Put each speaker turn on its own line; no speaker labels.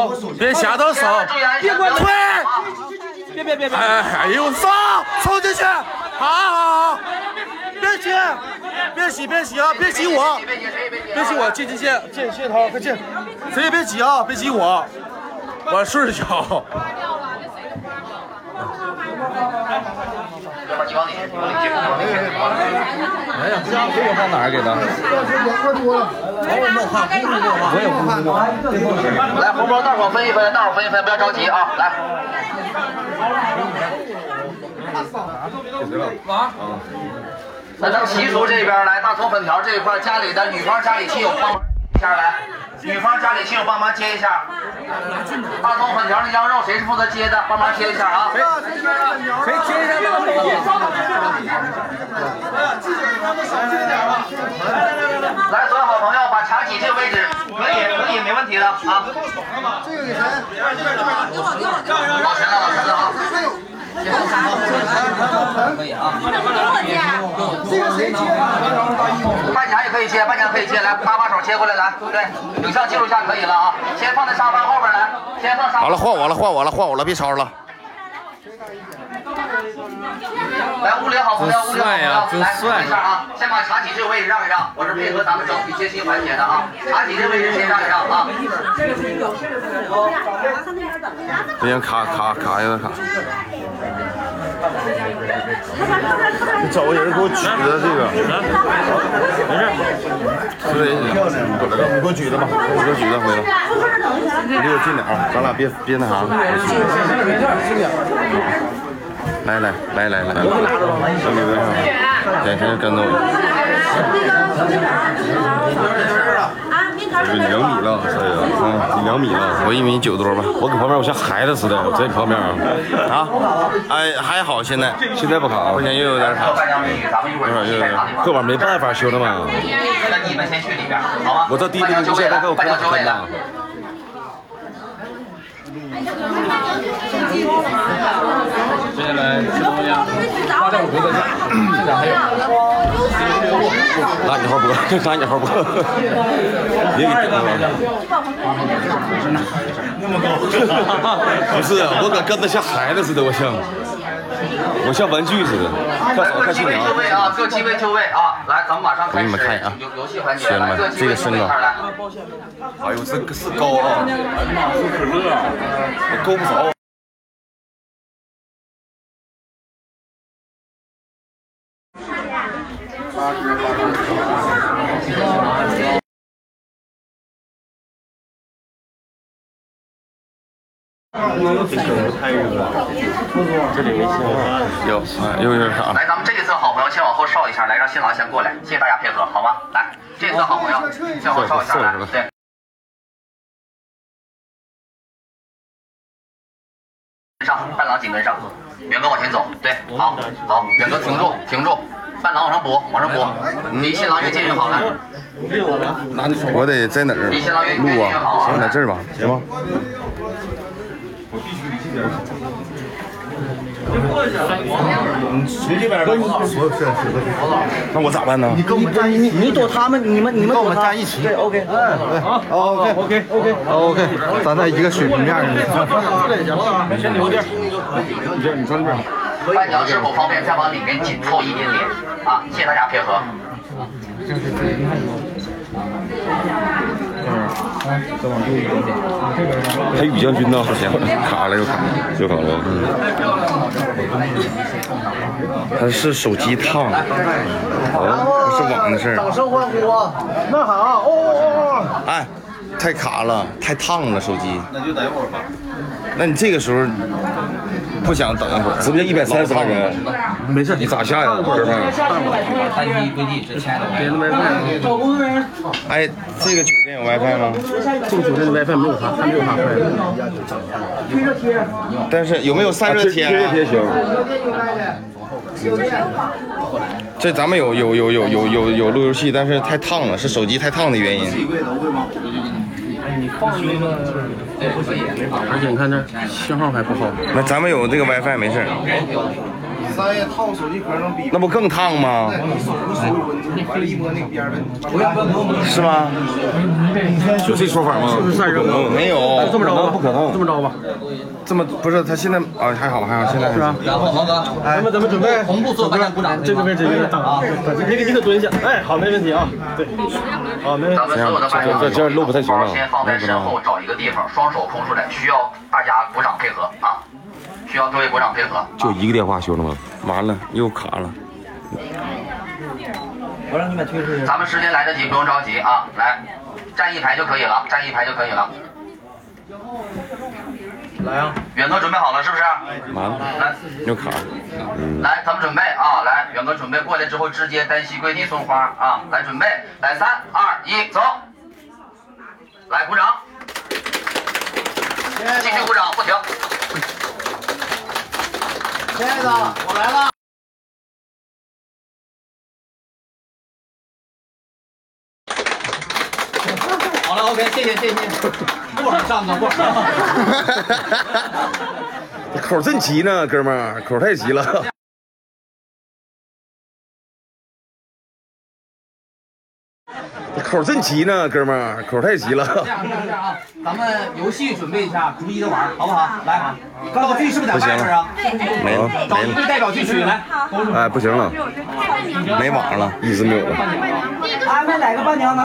我手机。
别瞎叨骚，
别管
退！
别别别别！
哎哎呦，走，冲进去！好好好，别挤，别挤，别挤啊，别挤我，别挤我，进进进进进涛，快进！谁也别挤啊，别挤我，我顺着脚。
哥们儿，你往里，你往里进，往里进，往里
哎呀，这个放哪儿给的？
进。来，红包大伙分一分，大伙分一分，不要着急啊！来，那咱习俗这边来，大葱粉条这一块，家里的女方家里亲友帮忙一下来，女方家里亲友帮忙接一下。大葱粉条的羊肉谁是负责接的？帮啊忙接一下啊！
谁接一下大腿？啊
来，所有好朋友把茶几这个位置可以可以没问题的啊。往前了，往前了啊！半墙也可以接，半墙可以接，来，搭把手接过来，来，对，影像记录一下可以了啊。先放在沙发后边来，先放沙发。
好了，换我了，换我了，换我了，别吵了。
来，屋里好朋友，屋里好朋友，
真
来，
帅
等一下啊，先把茶几这个位置让一让，我是配合咱们整体接亲环节的啊，茶几这个位置先让一让啊。
不行，卡卡卡有点卡。找个人给我举的这个，没事，是不是？你给我举的吧，你给我举的回来。你离我近点啊，咱俩别别那啥。来来来来来，对对对，行，跟着我，
这两米了，这个，嗯，两米了，
我一米九多吧。
我搁旁边，我像孩子似的，我在你旁边啊，
啊，哎，还好现在，
现在不卡啊
不，行又有点卡，
半张美女，咱们一会儿去开场里边。
这玩意儿没办法，兄弟们，
那你们先去里边，好吗？
我这第一天就现在给我
半
看
场就位
喷
了
了。，拿你号 播，拿你号播，别给喷了，不是，啊我搁跟着像孩子似的，我像，我像玩具似的，快走，
各
快
机
新
位
娘
就。位啊，各机位就位啊！来，咱们马上开始
啊
游游戏环节，来，各机位就位开始来。
哎呦，这个是高啊！哎呀妈，喝可乐啊，我够不着。
又哎又有点卡。
来，咱们这一侧好朋友先往后稍一下，来让新郎先过来，谢谢大家配合，好吗？来，这一侧好朋友先往后稍一下，来，对。跟上，伴郎紧跟上，远哥往前走，对，好，好，远哥停住，停住，伴郎往上拨，往上拨，离新郎越近越好，来，
我得在哪儿
离新郎越
录
越近越
啊？
好，
行，在这儿吧，行吗？那我咋办呢？
跟我们站一起，
你躲他们，你们你们
跟我
躲
们
他
站。一起。
对，OK，
OK OK OK OK，咱在一个水平面上。
伴娘是否方便再往里面紧凑一点点？啊，谢谢大家配合。
还宇将军呢？不行，卡了又卡，又卡了。嗯，
他是手机烫，哦，是网的事儿。
声欢呼啊！那好，哦哦
哎，太卡了，太烫了手机。那就等一会儿吧。那你这个时候不想等一会儿？
直播间一百三十万人，没事，你咋下呀，哥们儿？
哎，这个酒店有 WiFi 吗？这个酒店的 WiFi 没有卡，还没有卡快。但是有没有散热贴、
贴贴贴行。
这咱们有有有有有有有路由器，但是太烫了，是手机太烫的原因。
而且你看这信号还不好，
那咱们有这个 WiFi 没事儿，
三爷套手机壳能比
那不更烫吗？
你手不手有温度，完了一摸那边儿的。
是吗？有这说法吗？是不是散热？没有，这么着吧，不可能，这么着吧，这么不是他现在啊，还好还好，现在是吧？
然后王哥，
咱们咱们准备
同步做白掌鼓掌，
这个位置，这个位置啊，给你给他蹲一下，哎，好，没问题啊，对，好， 没问题
咱。们所有的伴友，
这这路不太行了
先放在身后找一个地方，双手空出来，需要大家鼓掌配合啊！需要各位鼓掌配合。啊
就一个电话，兄弟们，完了又卡了。
咱们时间来得及，不用着急啊，来，站一排就可以了，站一排就可以了。来啊！哎远哥准备好了是不是？
完了
来，
又卡了。
来，咱们准备啊，来，远哥准备过来之后直接单膝跪地送花啊，来准备，来三二一，走，来鼓掌，继续鼓掌，不停。
亲爱的，我来了。好了，OK，谢谢谢谢， 过会儿上啊吧，过会儿。
口儿真急呢，哥们儿，口儿太急了。口儿真急呢，哥们儿，口儿太急了
这。样这样这样啊，咱们游戏准备一下，逐一的玩，好不好？来，高宝剧是不是在外边啊？
没了，
找一位代表剧去来。
哎，不行了，没网了，一直没有了。
安排哪个伴娘呢？